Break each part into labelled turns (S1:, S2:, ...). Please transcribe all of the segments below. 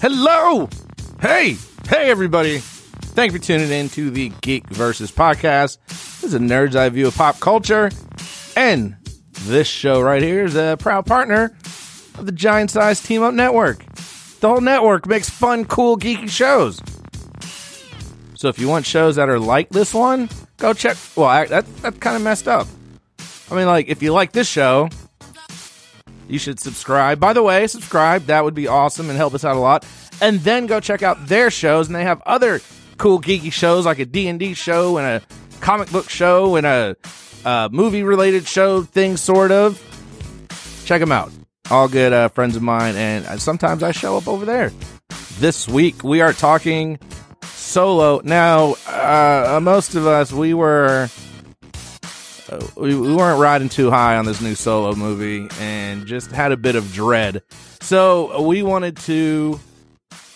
S1: Hello. Hey. Hey, everybody. Thank you for tuning in to the Geek Versus podcast. This is a nerd's eye view of pop culture. And this show right here is a proud partner of the Giant Size Team Up Network. The whole network makes fun, cool, geeky shows. So if you want shows that are like this one, go check. Well, I, that, that's kind of messed up. I mean, like, if you like this show, you should subscribe. By the way, subscribe. That would be awesome and help us out a lot. And then go check out their shows, and they have other cool geeky shows like a D&D show and a comic book show and a uh, movie-related show thing, sort of. Check them out. All good uh, friends of mine, and uh, sometimes I show up over there. This week, we are talking solo. Now, uh, uh, most of us, we were we, we weren't riding too high on this new solo movie and just had a bit of dread. So we wanted to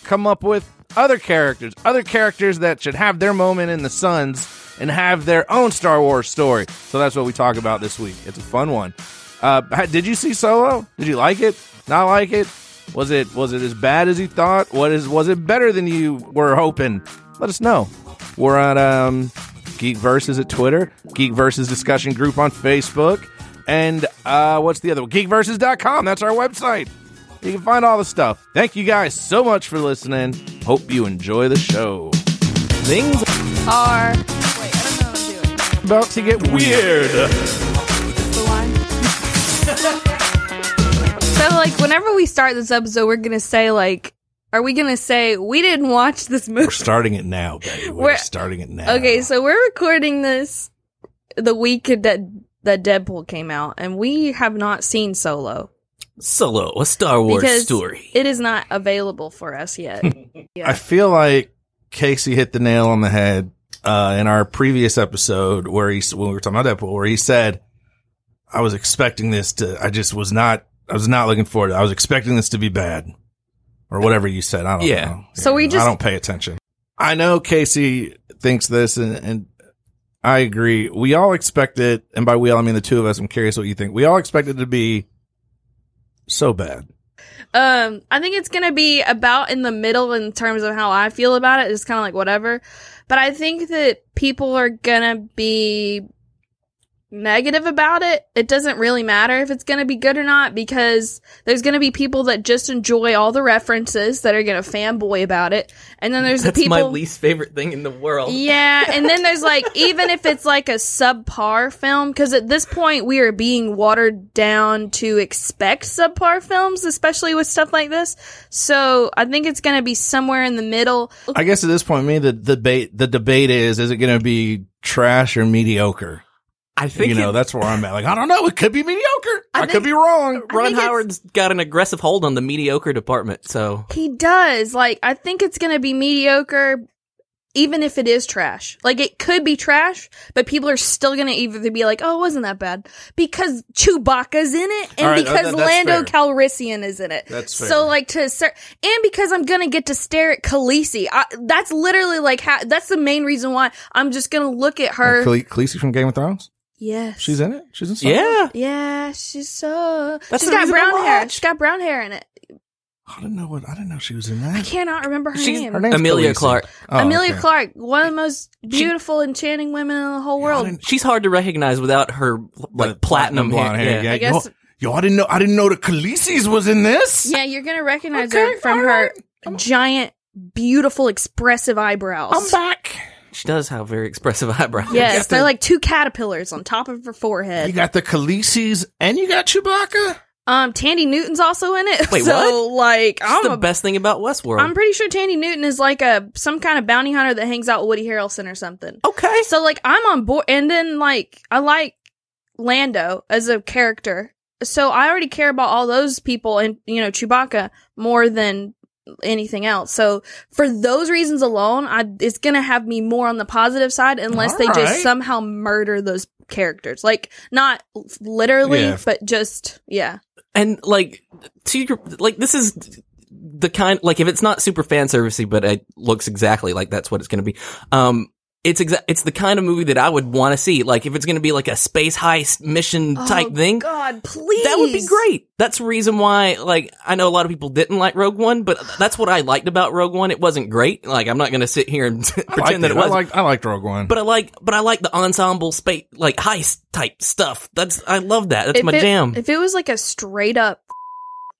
S1: come up with other characters, other characters that should have their moment in the suns and have their own Star Wars story. So that's what we talk about this week. It's a fun one. Uh, ha- did you see Solo? Did you like it? Not like it? Was it was it as bad as you thought? What is was it better than you were hoping? Let us know. We're on um, Geek Versus at Twitter, Geek Versus discussion group on Facebook, and uh, what's the other one? Geekversus.com. That's our website. You can find all the stuff. Thank you guys so much for listening. Hope you enjoy the show. Things
S2: are. Wait, I don't know what I'm doing.
S1: about to get weird.
S2: The line. so, like, whenever we start this episode, we're gonna say, like, are we gonna say we didn't watch this
S1: We're
S2: movie?
S1: starting it now, baby. We're,
S2: We're-
S1: starting it now.
S2: Okay, so we're recording this the week that that Deadpool came out, and we have not seen Solo
S3: Solo, a Star Wars
S2: because
S3: story.
S2: it is not available for us yet.
S1: I feel like Casey hit the nail on the head uh, in our previous episode where he when we were talking about Deadpool, where he said, "I was expecting this to. I just was not. I was not looking forward. to it. I was expecting this to be bad, or whatever you said. I don't
S3: Yeah.
S1: know.
S2: So we just-
S1: I don't pay attention. I know Casey thinks this, and, and I agree. We all expect it, and by we all I mean the two of us. I'm curious what you think. We all expect it to be so bad.
S2: Um, I think it's gonna be about in the middle in terms of how I feel about it. It's kind of like whatever, but I think that people are gonna be negative about it. It doesn't really matter if it's gonna be good or not because there's gonna be people that just enjoy all the references that are gonna fanboy about it, and then there's
S3: That's
S2: the people.
S3: my least favorite thing in the
S1: Oh.
S3: world.
S2: Yeah, and then there's like even if it's like a subpar film, because at this point we are being watered down to expect subpar films, especially with stuff like this. So I think it's going to be somewhere in the middle.
S1: I guess at this point, me the debate the debate is is it going to be trash or mediocre?
S3: I think
S1: you know,
S3: it-
S1: that's where I'm at. Like, I don't know. It could be mediocre. I,
S2: I
S1: could
S2: think-
S1: be wrong.
S2: I
S3: Ron
S2: think it's-
S3: Howard's got an aggressive hold on the mediocre department. So
S2: He does like I think it's going to be mediocre, even if it is trash. Like it could be trash, but people are still going to either be like, "Oh, it wasn't that bad," because Chewbacca's in it, and
S1: All right, uh,
S2: because
S1: that- that's
S2: Lando
S1: fair.
S2: Calrissian is in it.
S1: That's fair.
S2: So like to ser- and because I'm gonna get to stare at Khaleesi. I, that's literally like ha- that's the main reason why I'm just gonna look at her.
S1: Khale- Khaleesi from Game of Thrones.
S2: yes,
S1: She's in it. She's in. Star Wars?
S3: yeah,
S2: Yeah, she's so.
S3: That's
S2: she's
S3: the
S2: got
S3: reason to
S2: brown hair.
S3: watch.
S2: She's got brown hair in it.
S1: I didn't know what. I didn't know she was in
S2: I
S1: that.
S2: cannot remember her
S3: She's-
S2: name.
S1: Her name's
S3: Amelia
S1: Khaleesi.
S3: Clark.
S1: Oh,
S2: Amelia
S1: okay.
S2: Clark, one of the most beautiful, enchanting women in the whole world.
S3: she's hard to recognize without her like
S1: The
S3: platinum,
S1: blonde hair.
S3: hair.
S1: Yeah.
S2: I guess-
S1: Yo, yo, I didn't know. I didn't know the Khaleesi's was in this.
S2: yeah, you're gonna recognize
S1: Okay,
S2: her from
S1: all
S2: her giant, beautiful, expressive eyebrows.
S1: I'm back.
S3: She does have very expressive eyebrows.
S2: yes,
S1: the-
S2: they're like two caterpillars on top of her
S1: You
S2: forehead.
S1: got the Khaleesi's and you got Chewbacca.
S2: um, Tandy Newton's also in it.
S3: Wait,
S2: so like,
S3: That's
S2: I'm
S3: the
S2: a-
S3: best thing about Westworld.
S2: I'm pretty sure Tandy Newton is like a some kind of bounty hunter that hangs out with Woody Harrelson or something.
S3: okay.
S2: So like I'm on board, and then like I like Lando as a character, so I already care about all those people and you know Chewbacca more than anything else. So for those reasons alone, I it's gonna have me more on the positive side, unless they
S1: Alright.
S2: just somehow murder those characters, like not literally,
S1: Yeah.
S2: but just yeah.
S3: and like to your, like this is the kind like if it's not super fan servicey but it looks exactly like that's what it's going to be um it's exa- it's the kind of movie that I would want to see. Like if it's going to be like a space heist mission type
S2: Oh,
S3: thing,
S2: God, please.
S3: that would be great. That's the reason why, like, I know a lot of people didn't like Rogue One, but that's what I liked about Rogue One. It wasn't great. Like, I'm not going to sit here and
S1: I liked
S3: pretend that it was.
S1: I liked, I liked Rogue One.
S3: but I like, but I like the ensemble space, like heist type stuff. That's I love that. That's
S2: If
S3: my
S2: it-
S3: jam.
S2: If it was like a straight up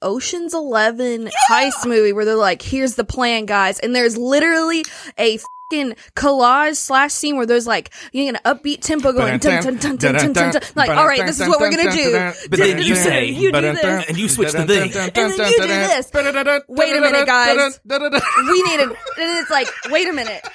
S2: Ocean's Eleven heist movie where they're like, "Here's the plan, guys," and there's literally a fucking collage slash scene where there's like you know, an upbeat tempo going, dun, dun, dun, dun, dun, dun, dun. like, all right, this is what we're gonna do.
S3: But then you say-
S2: you do this.
S3: And you switch the thing.
S2: And then you do this. Wait a minute, guys. We need an, and it's like, wait a minute,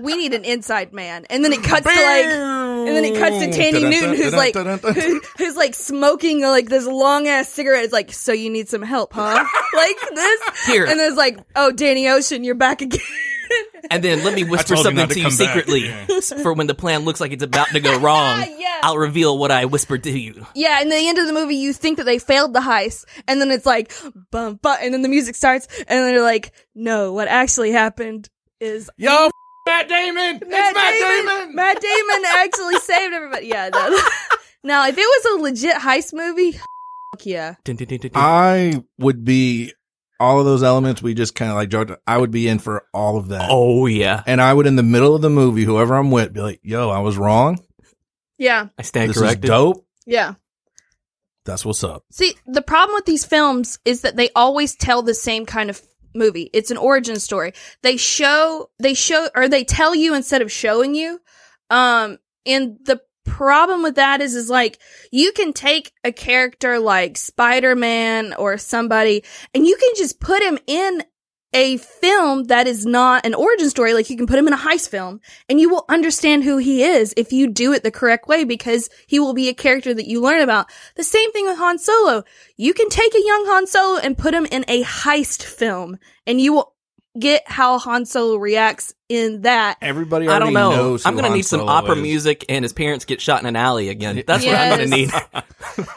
S2: we need an inside man, and then it cuts to like. And then it cuts to Tandy Newton, who's like, who, who's like smoking like this long ass cigarette. It's like, so you need some help, huh? like this.
S3: Here.
S2: And it's like, oh, Danny Ocean, you're back again.
S3: And then let me whisper
S1: told you
S3: something
S1: not to
S3: to you
S1: come back.
S3: secretly for when the plan looks like it's about to go wrong.
S2: Yeah.
S3: I'll reveal what I whispered to you.
S2: yeah. And the end of the movie, you think that they failed the heist, and then it's like, bum, bum, and then the music starts, and then they're like, no, what actually happened is
S1: Yo, Matt Damon. It's Matt Damon.
S2: Matt Damon actually saved everybody. Yeah. No. now, if it was a legit heist movie, fuck yeah.
S3: Dun, dun, dun, dun, dun.
S1: I would be all of those elements we just kind of like joked. I would be in for all of that.
S3: oh yeah,
S1: And I would, in the middle of the movie, whoever I'm with, be like, yo, I was wrong.
S2: Yeah.
S3: I stand
S1: this
S3: corrected.
S1: is dope.
S2: Yeah.
S1: That's what's up.
S2: See, the problem with these films is that they always tell the same kind of movie. It's an origin story. They show, they show, or they tell you instead of showing you. Um, and the problem with that is, is like, you can take a character like Spider-Man or somebody and you can just put him in a film that is not an origin story. Like you can put him in a heist film and you will understand who he is if you do it the correct way because he will be a character that you learn about. The same thing with Han Solo. You can take a young Han Solo and put him in a heist film and you will get how Han Solo reacts in that.
S1: Everybody
S3: I
S1: already
S3: don't know.
S1: knows. who
S3: I'm gonna
S1: Han
S3: need some
S1: Solo
S3: opera
S1: is.
S3: music and his parents get shot in an alley again. That's what I'm gonna need.
S2: Yes.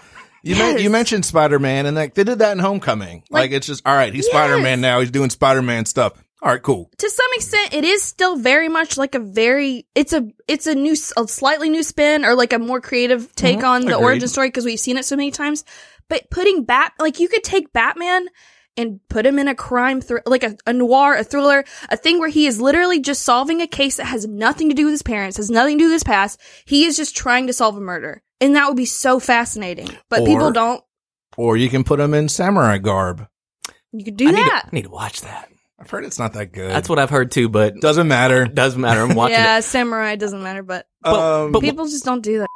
S1: You, men- you
S2: Yes.
S1: mentioned Spider Man, and like they did that in Homecoming. Like,
S2: Like-
S1: it's just all right. He's
S2: Yes.
S1: Spider Man now. He's doing Spider Man stuff. All right, cool.
S2: to some extent it is still very much like a very it's a it's a new a slightly new spin or like a more creative
S3: Mm-hmm.
S2: take on the
S1: agreed.
S2: origin story because we've seen it so many times but putting bat like you could take batman and put him in a crime thr- like a, a noir a thriller a thing where he is literally just solving a case that has nothing to do with his parents has nothing to do with his past he is just trying to solve a murder and that would be so fascinating but
S1: Or-
S2: people don't
S1: Or you can put him in samurai garb.
S2: you could
S3: I
S2: do
S3: need, to,
S2: that
S3: I need to watch that.
S1: I've heard it's not that good.
S3: That's what I've heard too, but it
S1: doesn't matter.
S3: doesn't matter. I'm watching
S2: yeah
S3: it.
S2: samurai doesn't matter but
S3: But-
S1: um,
S3: but
S2: people just don't do that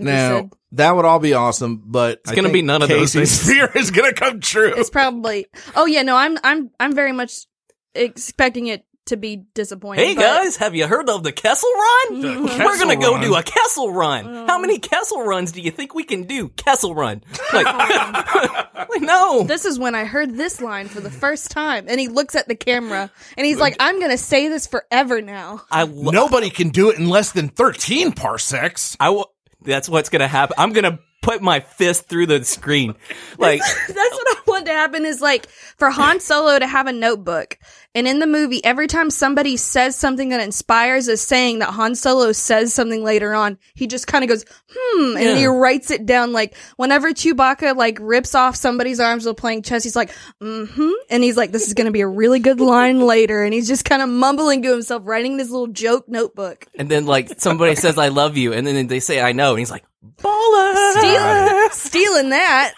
S1: now
S2: Interested.
S1: that would all be awesome, but
S3: It's gonna be none of those
S1: Casey's
S3: things.
S1: fear is gonna come true.
S2: it's probably oh yeah no i'm i'm i'm very much expecting it to be disappointing
S3: Hey
S2: but- Mm-hmm.
S3: guys, have you heard of the Kessel Run?
S2: The
S3: We're
S1: Kessel
S3: gonna go
S1: Run.
S3: do a Kessel Run.
S2: Mm.
S3: How many Kessel Runs do you think we can do? Kessel Run. Like, like, no.
S2: this is when i heard this line for the first time and he looks at the camera and he's like i'm gonna say this forever now
S3: I lo-
S1: Nobody can do it in less than thirteen parsecs.
S3: I w- that's what's gonna happen. I'm gonna put my fist through the screen. Like,
S2: that's what i want to happen is like for han solo to have a notebook and in the movie every time somebody says something that inspires a saying that han solo says something later on he just kind of goes hmm and he
S3: Yeah.
S2: writes it down like whenever chewbacca like rips off somebody's arms while playing chess he's like hmm And he's like, this is going to be a really good line later. And he's just kind of mumbling to himself, writing this little joke notebook.
S3: and then like somebody says I love you, and then they say I know, and he's like, baller.
S2: Stealing, stealing that.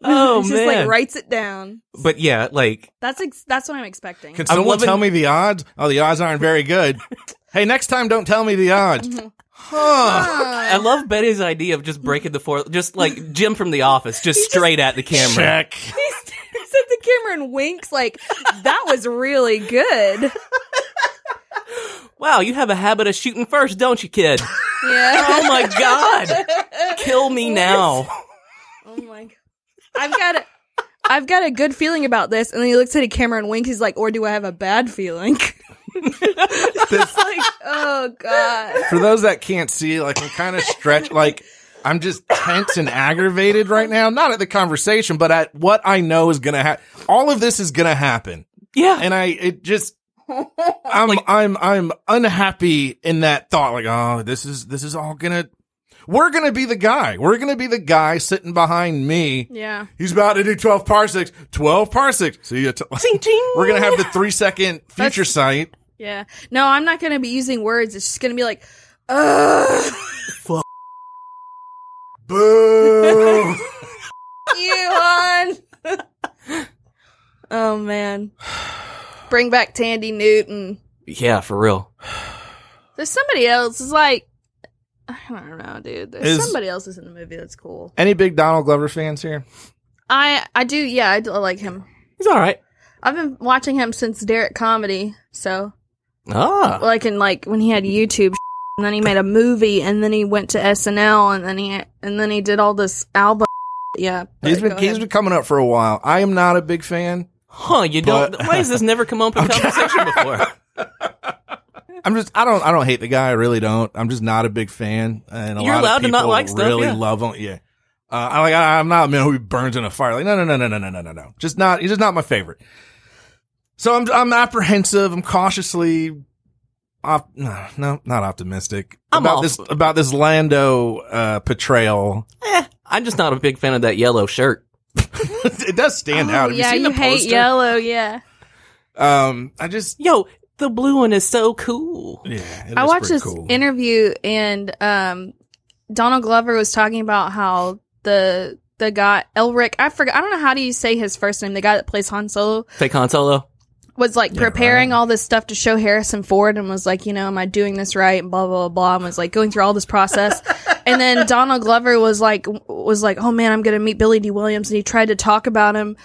S3: Oh
S2: He just
S3: man.
S2: like writes it down.
S3: But yeah, like
S2: That's ex- that's what I'm expecting.
S1: Can
S3: I'm
S1: someone
S3: loving-
S1: tell me the odds? Oh, the odds aren't very good. hey, next time, don't tell me the odds. Huh.
S3: I love Betty's idea of just breaking the fourth, just like Jim from The Office, just straight at the camera.
S1: Check.
S2: he stares at the camera and winks like, that was really good.
S3: Wow, you have a habit of shooting first, don't you, kid?
S2: Yeah.
S3: Oh my god, kill me now!
S2: Oh my god. I've got a, I've got a good feeling about this. And then he looks at a camera and winks. He's like, or do I have a bad feeling? it's like, oh god.
S1: For those that can't see, like I'm kind of stretched. Like I'm just tense and aggravated right now. Not at the conversation, but at what I know is gonna happen. All of this is gonna happen,
S3: Yeah,
S1: and I it just I'm I'm I'm unhappy in that thought. Like, oh, this is this is all gonna. We're gonna be the guy. We're gonna be the guy sitting behind me.
S2: yeah.
S1: He's about to do twelve parsecs. Twelve parsecs. See you. T-
S3: Ting, ting.
S1: we're gonna have the three second future sight.
S2: Yeah. No, I'm not going to be using words. It's just going to be like, ugh.
S1: Boo.
S2: you on. oh, man. Bring back Tandy Newton.
S3: Yeah, for real.
S2: There's somebody else. It's like, I don't know, dude. There's
S1: Is-
S2: somebody else is in the movie that's cool.
S1: Any big Donald Glover fans here?
S2: I I do, yeah, I, do, I like him.
S3: He's all right.
S2: I've been watching him since Derek Comedy, so
S3: Ah,
S2: like in like when he had YouTube, and then he made a movie, and then he went to SNL, and then he and then he did all this album. Yeah,
S1: He's been
S2: but go
S1: he's
S2: ahead.
S1: been coming up for a while. I am not a big fan.
S3: huh? You
S1: But-
S3: don't. Why has this never come up in conversation before?
S1: I'm just I don't I don't hate the guy. I really don't. I'm just not a big fan. And a
S3: You're
S1: lot
S3: allowed
S1: of
S3: to
S1: people
S3: not like stuff,
S1: really
S3: yeah.
S1: love him. Yeah. Uh, I like I, I'm not a man who burns in a fire. Like no no no no no no no no no. Just not he's just not my favorite. So I'm I'm apprehensive. I'm cautiously. Op- no, no, not optimistic
S3: I'm
S1: about
S3: off.
S1: this about this Lando uh, portrayal.
S3: eh, I'm just not a big fan of that yellow shirt.
S1: it does stand
S2: Oh,
S1: out. Have
S2: yeah,
S1: you seen the
S2: hate
S1: poster?
S2: yellow. Yeah,
S1: Um, I just
S3: Yo, the blue one is so cool.
S1: Yeah, it
S2: I
S1: is
S2: watched
S1: pretty
S2: this
S1: cool.
S2: interview, and um, Donald Glover was talking about how the the guy Elric, I forgot, I don't know how do you say his first name. The guy that plays Han Solo.
S3: Fake Han Solo.
S2: was like
S1: Yeah,
S2: preparing all this stuff to show Harrison Ford and was like, you know, am I doing this right? And blah blah blah. blah and was like going through all this process, and then Donald Glover was like, was like, oh man, I'm gonna meet Billy D. Williams, and he tried to talk about him,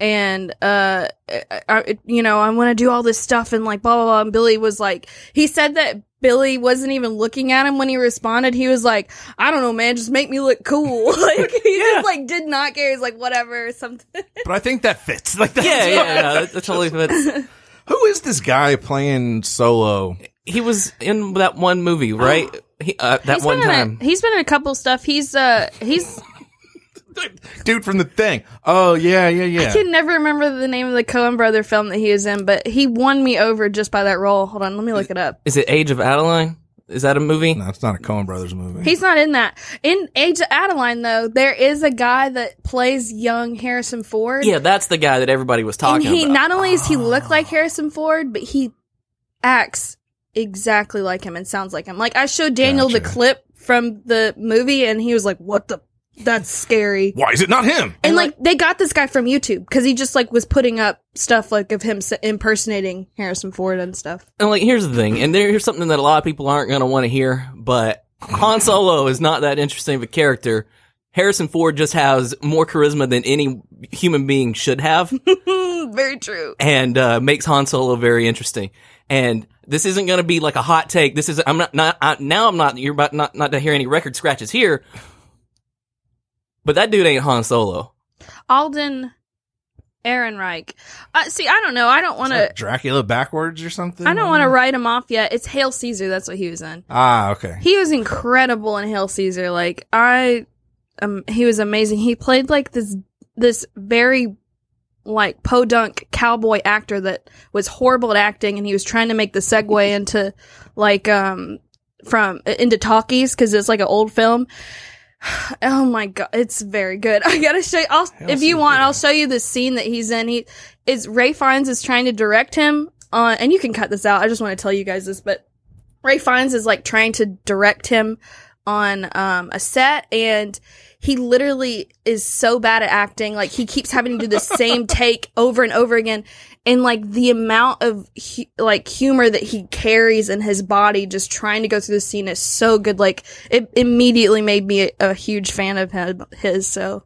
S2: and uh, I, I- you know, I want to do all this stuff and like blah blah blah. And Billy was like, he said that. Billy wasn't even looking at him when he responded. He was like, "I don't know, man, just make me look cool." Like he just like did not care. He's like, "Whatever," or something.
S1: but I think that fits. Like, that's
S3: Yeah, yeah, no, that, that totally fits.
S1: Who is this guy playing solo?
S3: He was in that one movie, right? He, uh, that
S2: He's
S3: one
S2: been in a-
S3: time.
S2: he's been in a couple stuff. He's uh, he's
S1: Dude from the thing. Oh yeah, yeah, yeah.
S2: I can never remember the name of the Coen brother film that he was in, but he won me over just by that role. Hold on, let me look it up.
S3: Is it Age of Adeline? Is that a movie?
S1: no, it's not a Coen Brothers movie.
S2: He's not in that. In Age of Adeline, though, there is a guy that plays young Harrison Ford.
S3: Yeah, that's the guy that everybody was
S2: and
S3: talking
S2: he
S3: about.
S2: not only does he look like Harrison Ford, but he acts exactly like him and sounds like him. Like I showed Daniel the
S1: Gotcha.
S2: clip from the movie, and he was like, "What the? That's scary."
S1: Why is it not him?
S2: And like they got this guy from YouTube because he just like was putting up stuff like of him s- impersonating Harrison Ford and stuff.
S3: And like, here's the thing, and there, here's something that a lot of people aren't going to want to hear, but Han Solo is not that interesting of a character. Harrison Ford just has more charisma than any human being should have,
S2: Very true.
S3: and uh, makes Han Solo very interesting. And this isn't going to be like a hot take. This is I'm not not I, now I'm not you're about not not to hear any record scratches here, but that dude ain't Han Solo.
S2: Alden Ehrenreich. Uh, see, I don't know. I don't want to.
S1: Dracula backwards or something?
S2: I don't want to write him off yet. It's Hail Caesar. That's what he was in.
S1: Ah, okay.
S2: He was incredible in Hail Caesar. Like I, um, he was amazing. He played like this this very like podunk cowboy actor that was horrible at acting, and he was trying to make the segue into like um from into talkies because it's like an old film. Oh my god, it's very good. I gotta show. You, I'll
S1: Hail
S2: if you want,
S1: Caesar.
S2: I'll show you the scene that he's in. He is Ray Fiennes is trying to direct him on, and you can cut this out. I just want to tell you guys this, but Ray Fiennes is like trying to direct him on um, a set and he literally is so bad at acting like he keeps having to do the same take over and over again and like the amount of hu- like humor that he carries in his body just trying to go through the scene is so good like it immediately made me a, a huge fan of him, his so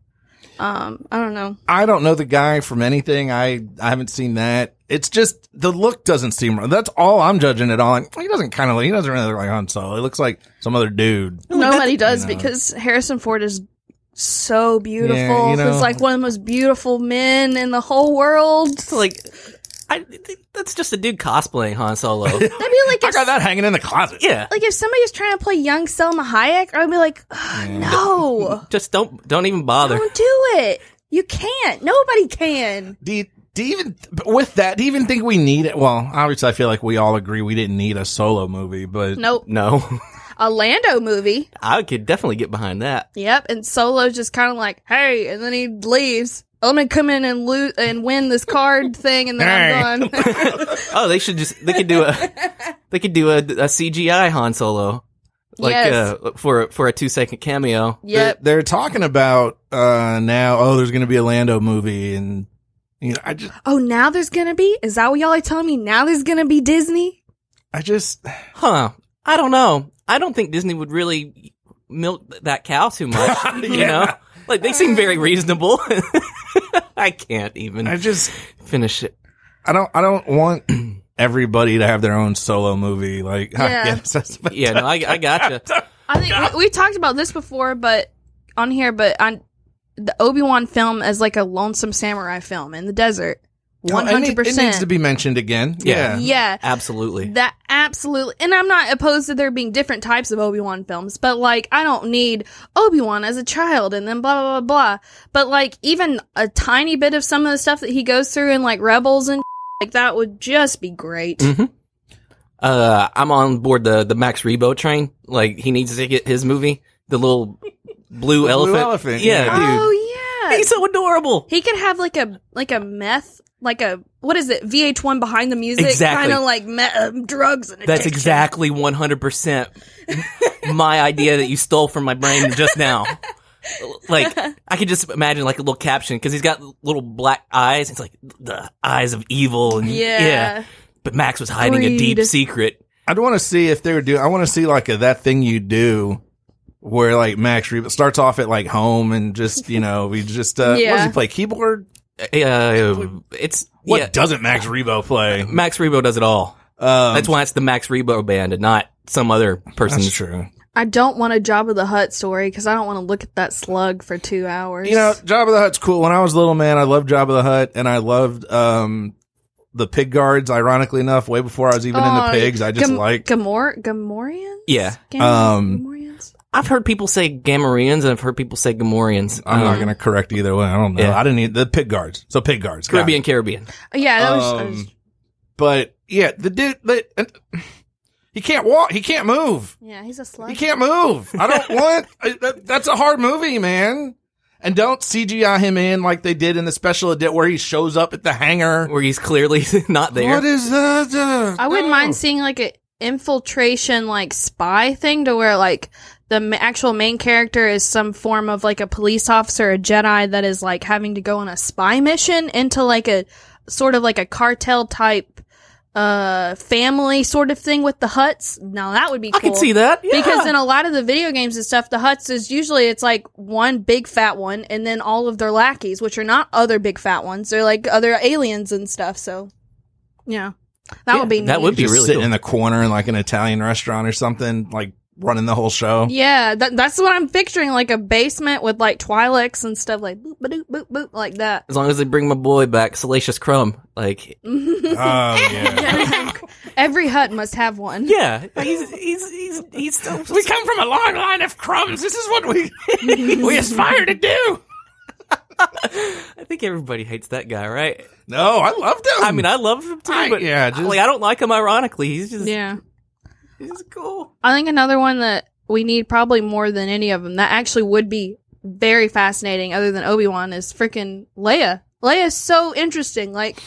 S2: um i don't know
S1: I don't know the guy from anything. I I haven't seen that. It's just the look doesn't seem right. That's all I'm judging it on. He doesn't kind of he doesn't really look like Han Solo. He looks like some other dude.
S2: nobody does
S1: you know.
S2: because harrison ford is so beautiful
S1: you know.
S2: he's like one of the most beautiful men in the whole world
S3: It's like, I that's just a dude cosplaying Han Solo.
S2: I'd be like,
S1: I
S2: if,
S1: got that hanging in the closet.
S3: yeah.
S2: like if somebody was trying to play young Selma Hayek, I'd be like, "Ugh, no,
S3: Just don't don't even bother.
S2: don't do it. You can't. Nobody can.
S1: Do you, Do you even with that? Do you even think we need it? Well, obviously, I feel like we all agree we didn't need a solo movie, but
S2: Nope.
S3: No,
S2: A Lando movie.
S3: I could definitely get behind that.
S2: Yep. And Solo's just kind of like, hey, and then he leaves. I'm gonna come in and loot and win this card thing, and then I'm gone.
S3: Oh, they should just they could do a they could do a, a CGI Han Solo like
S2: Yes.
S3: uh, for for a two second cameo.
S2: yep.
S1: they're, they're talking about uh now. Oh, there's going to be a Lando movie, and you know, I just,
S2: Oh, now there's gonna be. Is that what y'all are telling me? Now there's gonna be Disney.
S1: I just,
S3: Huh? I don't know. I don't think Disney would really milk that cow too much. You
S1: Yeah.
S3: know, like they seem very reasonable. I can't even
S1: I just,
S3: finish it.
S1: I don't, I don't want everybody to have their own solo movie. Like,
S2: Yeah.
S1: I guess that's-
S3: Yeah, no, I, I gotcha.
S2: I think we, we talked about this before, but on here, but on the Obi Wan film as like a lonesome samurai film in the desert.
S1: Oh,
S2: One
S1: and it-
S2: hundred
S1: It needs to
S2: percent.
S1: be mentioned again.
S3: Yeah.
S1: Yeah.
S2: Yeah.
S3: Absolutely.
S2: That absolutely, and I'm not opposed to there being different types of Obi Wan films, but like I don't need Obi Wan as a child, and then blah blah blah blah. But like even a tiny bit of some of the stuff that he goes through in like Rebels and like that would just be great.
S3: Mm. Uh, I'm on board the the Max Rebo train. Like he needs to get his movie, the little blue elephant.
S1: elephant,
S3: Yeah,
S1: yeah.
S3: dude.
S2: Oh yeah,
S3: He's so adorable.
S2: he could have like a like a meth like a what is it VH1 behind the music
S3: Exactly.
S2: kind of like me- uh, drugs and
S3: That's
S2: addiction.
S3: exactly 100% my idea that you stole from my brain just now. Like, I could just imagine like a little caption because he's got little black eyes. It's like the eyes of evil. And,
S2: yeah.
S3: But Max was hiding a
S2: Greed.
S3: deep secret.
S1: I'd want to see if they were doing. I want to see like a that thing you do, where like Max Rebo starts off at like home and just you know we just uh, what does
S2: Yeah.
S1: he play keyboard?
S3: Uh, it's,
S1: What
S3: yeah,
S1: doesn't Max Rebo play?
S3: Max Rebo does it all.
S1: Um,
S3: That's why it's the Max Rebo band and not some other person's.
S1: that's true.
S2: I don't want a Job of the Hut story because I don't want to look at that slug for two hours.
S1: You know, Job of the Hutt's cool. When I was a little man, I loved Job of the Hutt, and I loved um the pig guards. Ironically enough, way before I was even into
S2: Oh,
S1: pigs, I just
S2: Gam-
S1: liked.
S2: Gamor Gamorreans.
S3: Yeah.
S2: Gam-
S1: Um,
S2: Gamorreans.
S3: I've heard people say Gamorreans and I've heard people say Gamorreans. Um,
S1: I'm not going to correct either way. I don't know.
S3: Uh-huh. Yeah.
S1: I didn't eat the pig guards. So pig guards, got it.
S3: Caribbean, Caribbean.
S2: Oh, Yeah, that was, that was-
S1: Um, but yeah, the dude, the, and- he can't walk. He can't move.
S2: yeah. He's a slug.
S1: He can't move. I don't want. I, that, that's a hard movie, man. And don't CGI him in like they did in the special edit where he shows up at the hangar.
S3: where he's clearly not there.
S1: What is that? Uh,
S2: I wouldn't
S1: no.
S2: mind seeing like an infiltration like spy thing to where like the m- actual main character is some form of like a police officer, a Jedi that is like having to go on a spy mission into like a sort of like a cartel type uh family sort of thing with the huts. Now that would be
S3: I
S2: cool.
S3: can see that yeah.
S2: Because in a lot of the video games and stuff, the huts is usually it's like one big fat one, and then all of their lackeys, which are not other big fat ones. They're like other aliens and stuff. So, yeah, that
S3: Yeah,
S2: would be neat.
S3: that would be
S1: just
S3: really
S1: sitting
S3: cool.
S1: in the corner in like an Italian restaurant or something, like running the whole show.
S2: Yeah, that, that's what I'm picturing, like a basement with like Twi'leks and stuff, like boop, boop, boop, boop, like that.
S3: as long as they bring my boy back, Salacious Crumb, like
S1: Oh yeah.
S2: Every hut must have one.
S3: yeah, he's he's he's he's still
S1: we come from a long line of crumbs. This is what we we aspire to do.
S3: I think everybody hates that guy, right?
S1: No, I loved him.
S3: I mean, I love him too,
S1: I-
S3: but
S1: yeah, just-
S3: like I don't like him. Ironically, he's just
S2: yeah.
S3: he's cool.
S2: I think another one that we need probably more than any of them that actually would be very fascinating, other than Obi Wan, is freaking Leia. Leia's so interesting. Like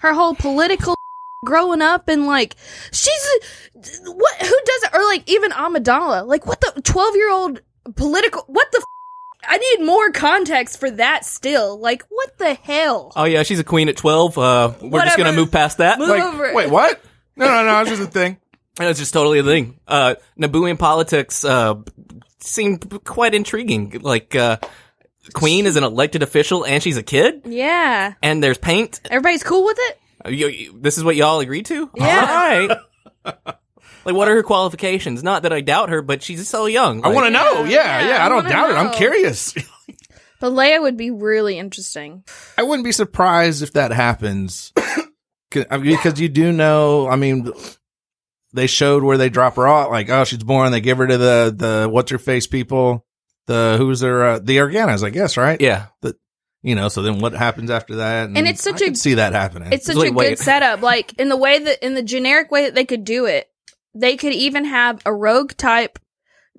S2: her whole political growing up and like she's a, what who does it or like even Amidala like what the 12 year old political what the f- I need more context for that still like what the hell
S3: Oh yeah, she's a queen at twelve. Uh, we're just
S2: Whatever.
S3: gonna move past that.
S2: Move-
S1: like,
S2: over it.
S1: wait, what? No, no, no. It's just a thing.
S3: That's just totally a thing. Uh, Nabooian politics uh seem quite intriguing. Like uh, queen is an elected official and she's a kid,
S2: yeah
S3: and there's paint
S2: everybody's cool with it
S3: You, you- this is what y'all agreed to?
S2: Yeah.
S3: All right. like, what are her qualifications? Not that I doubt her, but she's so young.
S1: I want to know.
S2: Yeah,
S1: Yeah,
S2: yeah,
S1: yeah.
S2: I
S1: I don't
S2: wanna
S1: doubt it. I'm
S2: know.
S1: curious.
S2: but Leia would be really interesting
S1: I wouldn't be surprised if that happens 'Cause- I mean, because you do know. I mean, they showed where they drop her off. Like, oh, she's born. They give her to the the what's her face people. The who's their uh, the Organas, I guess, right?
S3: Yeah.
S1: You know, so then what happens after that?
S2: And it's such
S1: I
S2: a-
S1: could see that happening.
S2: It's such
S3: Wait,
S2: a good
S3: wait.
S2: setup. Like in the way that in the generic way that they could do it, they could even have a rogue type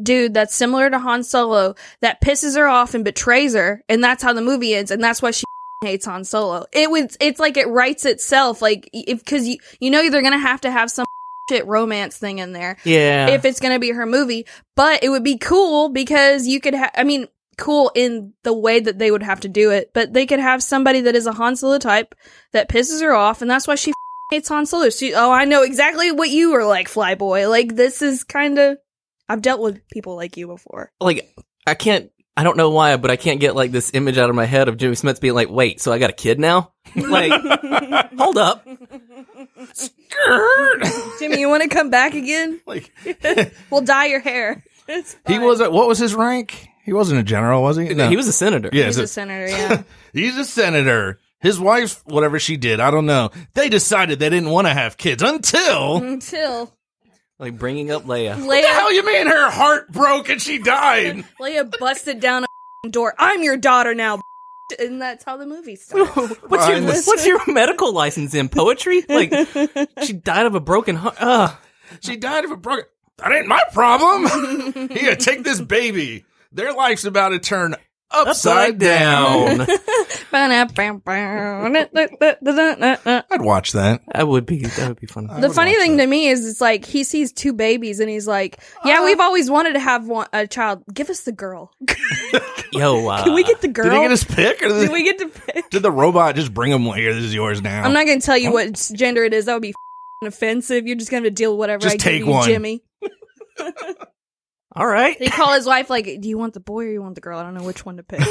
S2: dude that's similar to Han Solo that pisses her off and betrays her, and that's how the movie ends, and that's why she hates Han Solo. It was it's like it writes itself, like if because you you know they're gonna have to have some shit romance thing in there
S3: Yeah.
S2: if it's going to be her movie. But it would be cool because you could have, I mean, cool in the way that they would have to do it, but they could have somebody that is a Han Solo type that pisses her off, and that's why she hates Han Solo. She, oh, I know exactly what you were like, Flyboy. Like, this is kind of. I've dealt with people like you before.
S3: like I can't I don't know why, but I can't get like this image out of my head of Jimmy Smith being like, "Wait, so I got a kid now?" like, hold up.
S2: Jimmy, you want to come back again?
S1: like
S2: We'll dye your hair. It's
S1: he
S2: fine.
S1: was. A, what was his rank? He wasn't a general, was he? No,
S3: He was a senator.
S1: Yeah,
S2: He's
S1: so-
S2: a senator, yeah.
S1: He's a senator. His wife, whatever she did, I don't know. They decided they didn't want to have kids until.
S2: Until
S3: Like bringing up Leia.
S1: The
S2: Leia,
S1: hell you mean her heart broke and she died?
S2: Leia busted down a door. I'm your daughter now, and that's how the movie starts.
S3: What's your
S1: Ryan was-
S3: What's your medical license in poetry? Like, she died of a broken heart. Ugh.
S1: she died of a broken. That ain't my problem. Here, take this baby. Their life's about to turn upside,
S3: Upside
S1: down.
S3: down.
S2: the
S1: I'd watch that.
S3: that would be that would be fun.
S2: funny thing to me is, it's like he sees two babies and he's like, "Yeah, we've always wanted to have one, a child. Give us the girl.
S3: Yo, uh,
S2: Can we get the girl?
S1: Did he get his pick, or did,
S2: Did we get to pick?
S1: did the robot just bring him here? This is yours now.
S2: I'm not going to tell you what gender it is. That would be f***ing offensive. You're just going to have to deal with whatever
S1: Just
S2: I
S1: take
S2: give you,
S1: one.
S2: Jimmy.
S3: uh, all right?
S2: They call his wife like, "Do you want the boy or you want the girl? I don't know which one to pick."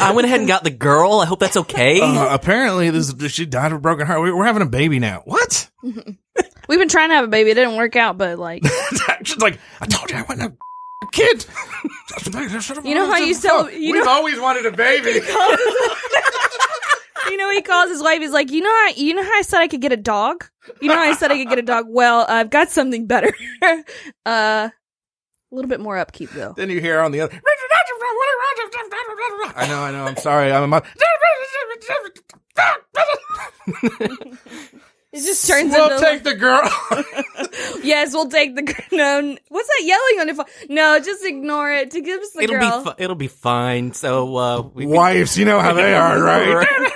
S3: I went ahead and got the girl. I hope that's okay.
S1: Uh, apparently, this she died of a broken heart. We, we're having a baby now. What?
S2: We've been trying to have a baby. It didn't work out, but like.
S1: She's like, I told you I wouldn't have a kid.
S2: You know how you sell- you
S1: We've
S2: know-
S1: always wanted a baby.
S2: you know, he calls his wife. He's like, you know, how, you know how I said I could get a dog. You know, how I said I could get a dog. Well, I've got something better. uh, a little bit more upkeep though.
S1: then you hear on the other. I know, I know. I'm sorry. I'm a mom.
S2: It just turns
S1: We'll
S2: into
S1: take the girl.
S2: yes, we'll take the gr- no. n- What's that yelling on the phone? No, just ignore it. To give us the
S3: it'll
S2: girl.
S3: be fi- it'll be fine. So uh, we
S1: Wives, you know how they are, right?
S3: Right.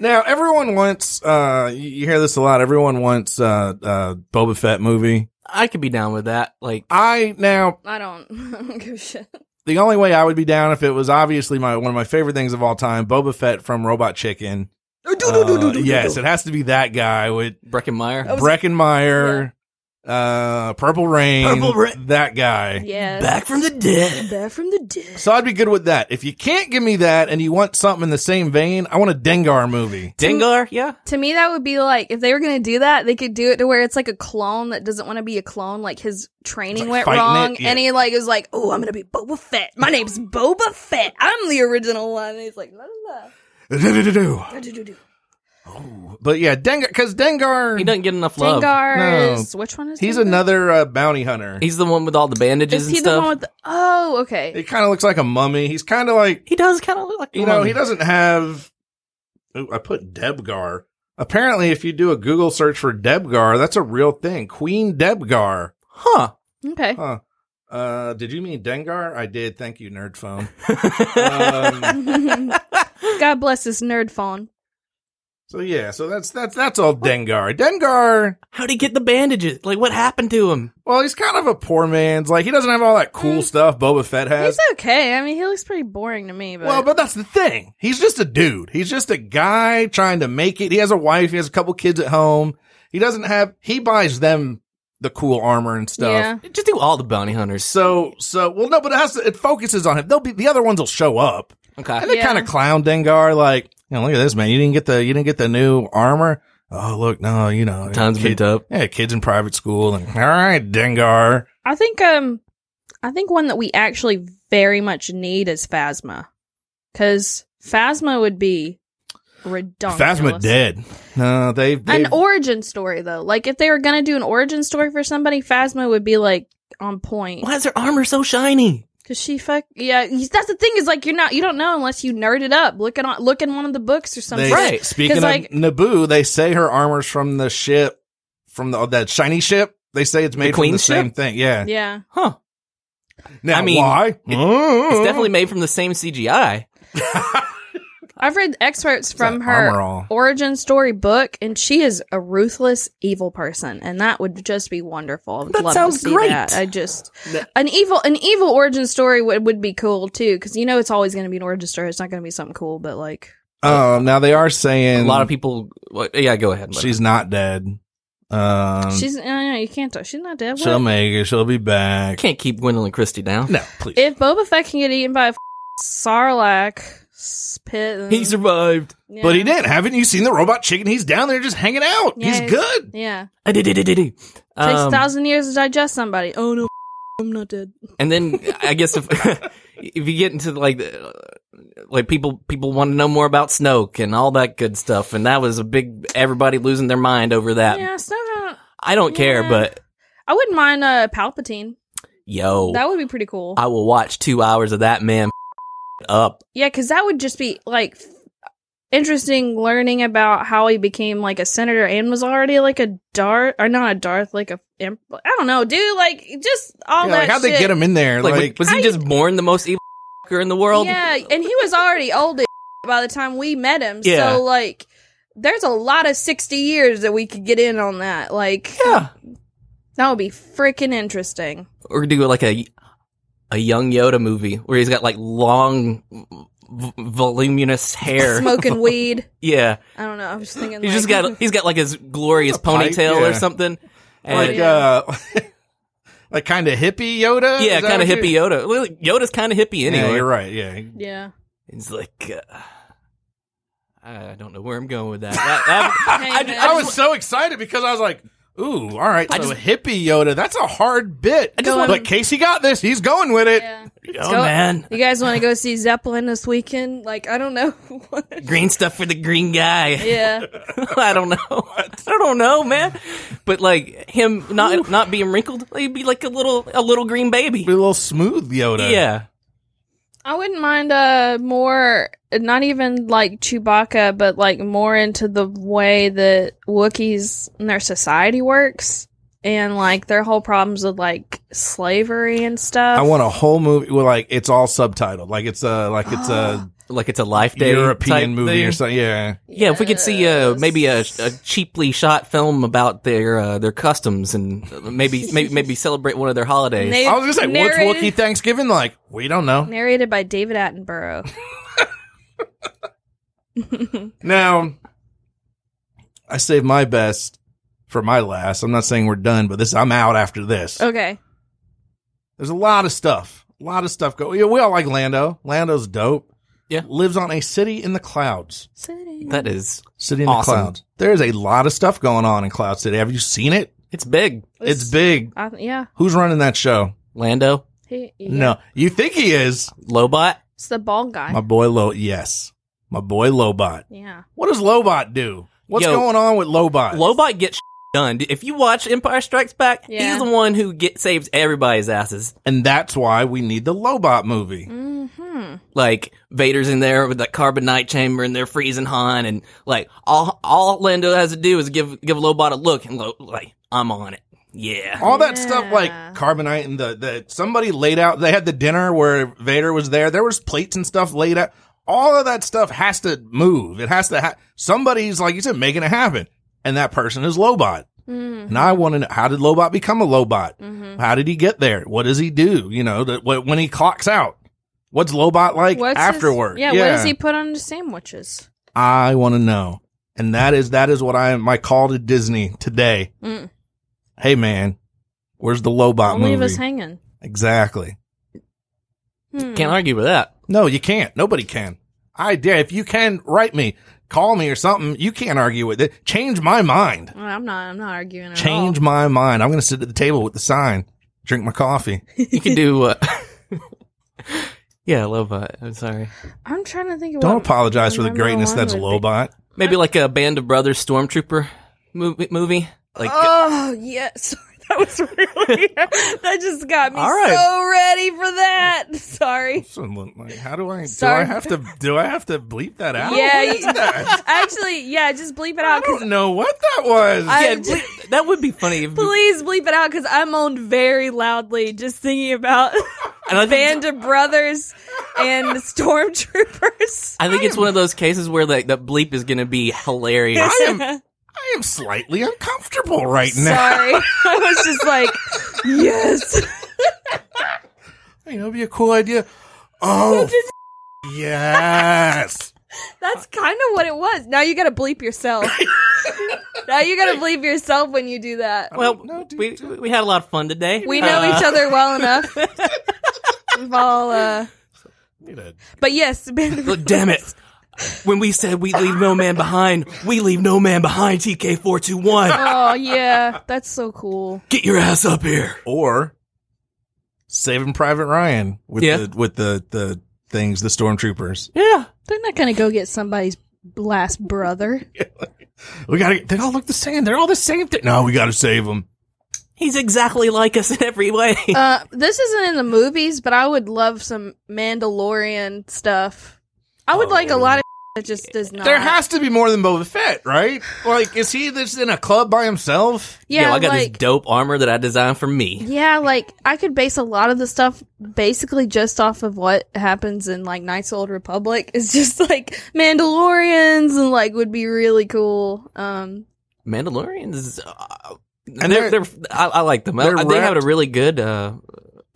S1: Now, everyone wants. Uh, you- you hear this a lot. Everyone wants uh, uh, Boba Fett movie.
S3: I could be down with that. Like,
S1: I now
S2: I don't. I don't give a shit.
S1: the only way I would be down if it was obviously my one of my favorite things of all time, Boba Fett from Robot Chicken. Uh, yes, it has to be that guy with
S3: Breckenmeyer.
S2: was-
S1: Breckenmeyer, uh, Purple Rain,
S3: Purple Ra-
S1: that guy.
S2: Yes.
S3: Back from the dead.
S2: Back from the dead.
S1: So I'd be good with that. If you can't give me that and you want something in the same vein, I want a Dengar movie.
S3: Dengar, yeah.
S2: To me, that would be like if they were going to do that, they could do it to where it's like a clone that doesn't want to be a clone. Like his training
S1: Like
S2: went
S1: fighting
S2: wrong,
S1: it, yeah.
S2: and he like is like, "Oh, I'm going to be Boba Fett. My name's Boba Fett. I'm the original one." And he's like, "La la
S1: Do-do-do-do.
S2: la." Do-do-do.
S1: But yeah, Dengar, because Dengar,
S3: He doesn't get enough love.
S2: Dengar
S1: No.
S2: is which one is?
S1: he's
S2: Dengar?
S1: another uh, bounty hunter.
S3: He's the one with all the bandages
S2: Is
S3: and
S2: he the
S3: stuff.
S2: one with? The, oh, okay.
S1: He kind of looks like a mummy. He's kind of like
S3: he does kind of look like
S1: You know, he doesn't have. Ooh, I put Debgar. Apparently, if you do a Google search for Debgar, that's a real thing. Queen Debgar.
S3: huh?
S2: Okay.
S1: Huh. Uh, did you mean Dengar? I did. Thank you, nerd phone. um,
S2: God bless this nerd phone.
S1: so yeah, so that's that's that's all Dengar. Dengar.
S3: How'd he get the bandages? Like, what happened to him?
S1: Well, he's kind of a poor man's. Like he doesn't have all that cool stuff Boba Fett has.
S2: Hmm. He's okay. I mean, he looks pretty boring to me, but
S1: Well, but that's the thing. He's just a dude. He's just a guy trying to make it. He has a wife. He has a couple kids at home. He doesn't have. He buys them the cool armor and stuff.
S2: yeah.
S3: Just do all the bounty hunters.
S1: So, so well, no, but it has to. It focuses on him. They'll be the other ones will show up,
S3: Okay.
S1: and they
S2: Yeah.
S1: kind of clown Dengar like, you know, look at this man. You didn't get the you didn't get the new armor. Oh, look, no, you know,
S3: Time's
S1: kid,
S3: beat up.
S1: Yeah, kids in private school, and all right, Dengar.
S2: I think um I think one that we actually very much need is Phasma. Cuz Phasma would be redundant.
S1: Phasma dead. No, they. they
S2: An origin story though. Like if they were going to do an origin story for somebody, Phasma would be like on point.
S3: Why is their armor so shiny?
S2: Cause she fuck yeah. he's- That's the thing is like you're not you don't know unless you nerd it up. Look at on look in one of the books or something.
S1: They,
S3: Right.
S1: Speaking
S2: 'Cause,
S1: of
S2: like-
S1: Naboo, they say her armor's from the ship, from the that shiny ship. They say it's made from the
S3: Queen's
S1: same
S3: ship?
S1: thing. Yeah.
S2: Yeah.
S3: Huh.
S1: Now,
S3: I mean,
S1: why? Hmm.
S3: It's
S1: Oh.
S3: definitely made from the same CGI.
S2: I've read excerpts from
S1: that
S2: her
S1: armor all.
S2: origin story book, and she is a ruthless, evil person, and that would just be wonderful. I would
S3: That
S2: love
S3: sounds
S2: to see
S3: great.
S2: That. I just an evil, an evil origin story would, would be cool too, because you know it's always going to be an origin story. It's not going to be something cool, but like
S1: Oh, now they are saying
S3: a lot of people. Well, yeah, go ahead.
S1: she's not dead. Um,
S2: she's no, no, you can't. Talk, she's not dead.
S1: she'll
S2: What?
S1: make it. She'll be
S3: I
S1: back.
S3: can't keep Gwendolyn Christie down.
S1: No, please.
S2: If Boba Fett can get eaten by a f- sarlacc s- pit, then-
S3: He survived.
S2: yeah.
S1: But he didn't. Haven't you seen the robot chicken? He's down there just hanging out.
S2: Yeah,
S1: he's
S2: he's-
S1: good.
S2: Yeah,
S3: I did it. Takes
S2: takes a thousand years to digest somebody. Oh no, I'm not dead.
S3: And then I guess if if you get into like the- like people people want to know more about Snoke and all that good stuff, and that was a big everybody losing their mind over that.
S2: Yeah, so I
S3: I don't
S2: Yeah.
S3: care, but
S2: I wouldn't mind uh, Palpatine.
S3: yo,
S2: That would be pretty cool. Yeah, 'cause
S3: I will watch two hours of that man up.
S2: yeah, because that would just be like f- interesting learning about how he became like a senator and was already like a Darth or not a Darth, like a imp- I don't know, dude. Like just all
S1: Yeah,
S2: that.
S1: like how'd they
S2: shit.
S1: get him in there?
S3: Like,
S1: Like,
S3: was he just born the most evil fucker in the world?
S2: Yeah, and he was already old as by the time we met him.
S3: Yeah.
S2: So like, there's a lot of sixty years that we could get in on that. Like,
S3: Yeah.
S2: that would be freaking interesting.
S3: Or do like a a young Yoda movie where he's got like long, v- voluminous hair.
S2: Smoking weed.
S3: Yeah.
S2: I don't know. I was just thinking.
S3: He's
S2: like,
S3: just got he's got like his glorious
S1: pipe,
S3: ponytail or
S1: yeah.
S3: something. And
S1: like uh, like kind of hippie Yoda.
S3: yeah,
S1: Is that
S3: kind of
S1: what you-
S3: hippie Yoda. Well, Yoda's kind of hippie anyway.
S1: Yeah, you're right. Yeah,
S2: yeah.
S3: He's like, uh, I don't know where I'm going with that. That- that-
S2: Hey,
S3: I,
S2: man.
S3: ju-
S1: I
S3: I
S1: was
S3: just-
S1: so excited because I was like, "Ooh, all right, so hippie Yoda. That's a hard bit."
S3: I just
S1: but
S3: want-
S1: Casey got this. He's going with it.
S2: Yeah.
S3: oh
S2: go-
S3: man,
S2: You guys want to go see Zeppelin this weekend? Like, I don't know.
S3: green stuff for the green guy.
S2: yeah.
S3: I don't know. I don't know, man. But like him not not being wrinkled, he'd be like a little a little green baby.
S1: Be a little smooth Yoda.
S3: Yeah,
S2: I wouldn't mind uh more not even like Chewbacca, but like more into the way that Wookiees and their society works and like their whole problems with like slavery and stuff.
S1: I want a whole movie. Well, like it's all subtitled. Like it's a like it's a
S3: like it's a life day type
S1: European movie
S3: thing.
S1: or something. Yeah.
S3: Yeah, if we could see uh, maybe a, a cheaply shot film about their uh, their customs and uh, maybe maybe maybe celebrate one of their holidays.
S2: Na-
S1: I was gonna say, what's
S2: narrated-
S1: Wookiee Thanksgiving like? We don't know.
S2: narrated by David Attenborough.
S1: Now, I saved my best for my last. I'm not saying we're done, but this I'm out after this.
S3: Oh.
S2: Okay.
S1: There's a lot of stuff. A lot of stuff go. Yeah, we all like Lando. Lando's dope.
S3: Yeah.
S1: Lives on a city in the clouds.
S2: City.
S3: that is,
S1: City in
S3: Awesome.
S1: the clouds. There's a lot of stuff going on in Cloud City. Have you seen it?
S3: it's big.
S1: It's, big.
S2: I, yeah.
S1: Who's running that show?
S3: Lando,
S2: He, yeah.
S1: No. You think he is?
S3: Lobot,
S2: It's the bald guy.
S1: My boy Lo yes. My boy Lobot.
S2: yeah.
S1: What does Lobot do? What's
S3: Yo.
S1: going on with Lobot?
S3: Lobot gets done. If you watch Empire Strikes Back,
S2: Yeah.
S3: he's the one who get saves everybody's asses.
S1: and that's why we need the Lobot movie.
S2: Mm-hmm.
S3: Like Vader's in there with that carbonite chamber, and they're freezing Han, and like all all Lando has to do is give give Lobot a look, and Lo- like I'm on it. Yeah,
S1: All that stuff like
S2: Yeah.
S1: carbonite and the, the somebody laid out they had the dinner where Vader was there. There was plates and stuff laid out. All of that stuff has to move. It has to ha- somebody's like you said making it happen. And that person is Lobot.
S2: Mm-hmm.
S1: And I want to know how did Lobot become a Lobot? How did he get there? What does he do? You know, that wh- when he clocks out. What's Lobot like
S2: What's his-
S1: afterward?
S2: yeah, What does he put on his sandwiches?
S1: I want to know. And that is that is what I am my call to Disney today.
S2: Mm.
S1: Hey man, where's the Lobot
S2: Don't
S1: movie?
S2: leave us hanging.
S1: Exactly.
S2: Hmm.
S3: can't argue with that.
S1: No, you can't. Nobody can. I dare if you can write me, call me or something, you can't argue with it. Change my mind.
S2: Well, I'm not. I'm not arguing. At
S1: Change my mind. I'm gonna sit at the table with the sign, drink my coffee.
S3: You can do. Uh, yeah, Lobot. I'm sorry.
S2: all. I'm trying to think. Of
S1: Don't
S2: what-
S1: apologize for the
S2: number
S1: greatness
S2: one
S1: that's
S2: would be-
S1: Lobot.
S3: Maybe like a Band of Brothers Stormtrooper movie. movie. Like
S2: Oh yeah. Sorry. That was really that just got me
S3: All right.
S2: so ready for that. Sorry.
S1: Someone, like, how do I?
S2: Sorry.
S1: Do I have to? Do I have to bleep that out?
S2: Yeah,
S1: What is
S2: you-
S1: that?
S2: Actually, yeah, just bleep it out.
S1: I
S2: 'cause
S1: don't know what that was.
S2: I-
S3: Yeah, ble- that would be funny. If, and
S2: Please bleep it out because I moaned very loudly just thinking about
S3: I think,
S2: Band of Brothers and the Stormtroopers.
S3: I think it's one of those cases where like the bleep is going to be hilarious.
S1: I am, I am slightly uncomfortable right now.
S2: Sorry. I was just like, yes.
S1: You know, it'd be a cool idea. Oh, yes.
S2: That's kind of what it was. Now you gotta bleep yourself. now you gotta bleep yourself when you do that.
S3: Well,
S1: No, dude,
S3: we,
S1: dude.
S3: we had a lot of fun today.
S2: We know
S3: Uh,
S2: each other well enough. We've all, uh,
S1: Need a-
S2: but yes, Band of
S3: Look, damn it. When we said we leave no man behind, we leave no man behind, TK421.
S2: Oh yeah, that's so cool.
S3: Get your ass up here.
S1: or Saving Private Ryan with
S3: Yeah.
S1: the with the the things the stormtroopers.
S3: Yeah.
S2: They're not gonna go get somebody's last brother.
S1: We gotta. They all look the same. They're all the same thing. No, we gotta save them.
S3: He's exactly like us in every way.
S2: Uh, this isn't in the movies, but I would love some Mandalorian stuff. I would like a lot of that just does not.
S1: There has to be more than Boba Fett, right? Like, is he just in a club by himself?
S2: yeah,
S3: Yo, I got
S2: like
S3: this dope armor that I designed for me.
S2: yeah, like I could base a lot of the stuff basically just off of what happens in like Knights of the Old Republic. It's just like Mandalorians and like would be really cool. Um,
S3: Mandalorians, uh,
S1: And
S3: and they're,
S1: they're-
S3: they're, I, I like them. I-
S1: they're
S3: they had a
S1: wrapped-
S3: really good uh,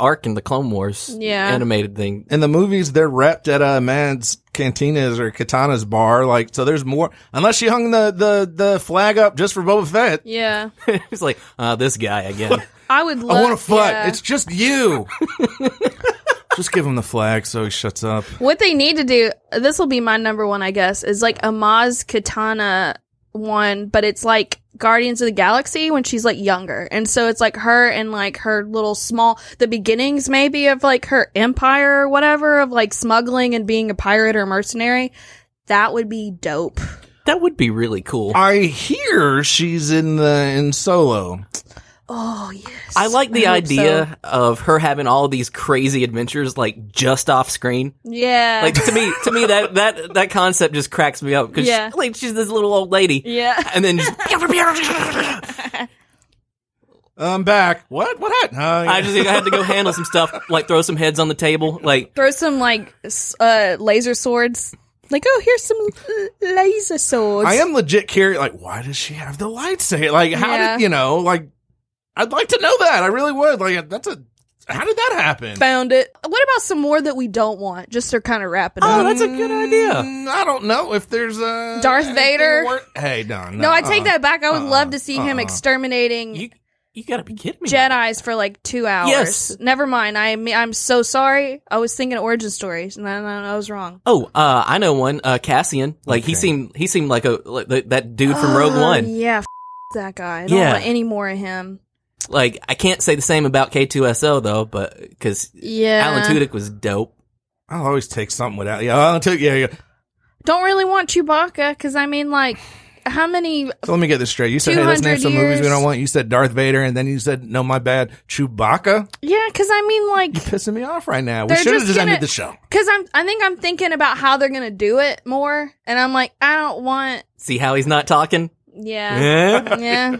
S3: arc in the Clone Wars
S2: Yeah.
S3: animated thing.
S1: in the movies they're repped at a man's cantinas or katana's bar like so there's more unless she hung the the the flag up just for boba fett
S2: yeah,
S3: it's like, uh, this guy again.
S2: I would. love
S1: i want to fight
S2: yeah.
S1: it's just you just give him the flag so he shuts up
S2: What they need to do, this will be my number one, I guess, is like a Maz Katana one, but it's like Guardians of the Galaxy when she's like younger. And so it's like her and like her little small, the beginnings maybe of like her empire or whatever of like smuggling and being a pirate or mercenary. That would be dope.
S3: that would be really cool.
S1: i hear she's in the in solo
S2: Oh, yes.
S3: I like the
S2: hope
S3: idea of her having all these crazy adventures like just off screen.
S2: so. Yeah.
S3: Like to me, to me that that that concept just cracks me up because
S2: Yeah.
S3: like she's this little old lady,
S2: yeah.
S3: and then just,
S1: i'm back what what happened Uh, yeah.
S3: I just I had to go handle some stuff, like throw some heads on the table, like
S2: Throw some like s- uh, laser swords. Like, oh, here's some l- laser swords.
S1: I am legit curious like why does she have the lightsaber like how
S2: Yeah.
S1: did you know like i'd like to know that i really would like that's a how did that happen
S2: found it. What about some more that we don't want? Just to kind of wrap it
S3: Oh,
S2: up.
S3: that's a good idea.
S1: Mm, I don't know if there's a
S2: um, Darth
S1: anything
S2: Vader?
S1: wor- hey, no, no,
S2: no, I take
S1: uh-uh.
S2: that back. I would
S1: uh-uh,
S2: love to see him
S1: uh-uh.
S2: exterminating
S3: You you gotta be kidding me.
S2: Jedi's for like two hours.
S3: Yes.
S2: Never mind. I am- I'm so sorry. I was thinking origin stories, and I, I was wrong.
S3: Oh, uh, I know one. Uh, Cassian. Like he
S1: Okay.
S3: seemed he seemed like a like, th- that dude from Rogue
S2: Oh,
S3: One.
S2: Yeah, f- that guy. I don't
S3: Yeah.
S2: want any more of him.
S3: Like I can't say the same about K2SO though, but because
S2: Yeah.
S3: Alan Tudyk was dope.
S1: I'll always take something without. Yeah, I'll take. Yeah, yeah.
S2: Don't really want Chewbacca because I mean, like, how many?
S1: So let me get this straight. You said, "Hey, let's name
S2: 200
S1: some movies we
S2: years.
S1: don't want." You said Darth Vader, and then you said, "No, my bad, Chewbacca."
S2: Yeah, because I mean, like,
S1: You're pissing me off right now. We
S2: They're
S1: should have
S2: just
S1: just ended
S2: gonna-
S1: the show.
S2: because I'm. I think I'm thinking about how they're gonna do it more, and I'm like, I don't want.
S3: See how he's not talking?
S2: Yeah.
S3: Eh?
S2: yeah.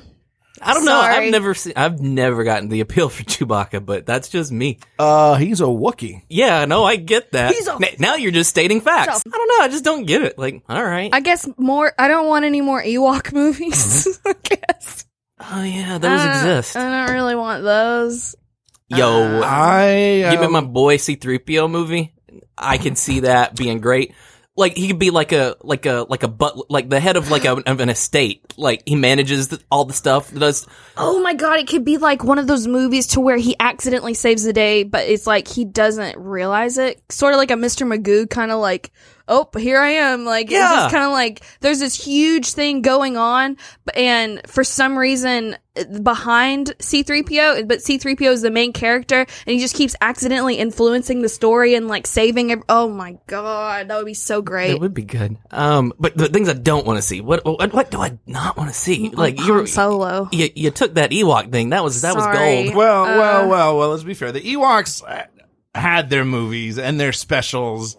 S3: I don't know.
S2: Sorry.
S3: I've never seen. I've never gotten the appeal for Chewbacca, but that's just me.
S1: Uh, he's a Wookiee.
S3: Yeah, no, I get that.
S2: He's a-
S3: N- now you're just stating facts. I don't know. I just don't get it. Like, all right.
S2: I guess more. I don't want any more Ewok movies. I guess
S3: oh yeah, those
S2: I don't-
S3: exist.
S2: Uh, I don't really want those.
S3: Yo,
S1: I
S3: give me
S1: um,
S3: my boy C3PO movie. I can see that being great. Like he could be like a like a like a but like the head of like a, of an estate. Like he manages the, all the stuff. Does
S2: Oh my god! It could be like one of those movies to where he accidentally saves the day, but it's like he doesn't realize it. Sort of like a Mr. Magoo kind of like oh, here I am. Like,
S3: Yeah.
S2: it's just kind of like there's this huge thing going on, b- and for some reason uh, behind C3PO, but C3PO is the main character, and he just keeps accidentally influencing the story and like saving. Ev- oh my god, that would be so great.
S3: It would be good. Um, but the things I don't want to see. What, what what do I not want to see? Like you were
S2: Han Solo.
S3: You, you took that Ewok thing. That was that
S2: Sorry.
S3: was gold.
S1: Well,
S2: Uh,
S1: well, well, well. Let's be fair. The Ewoks uh, had their movies and their specials.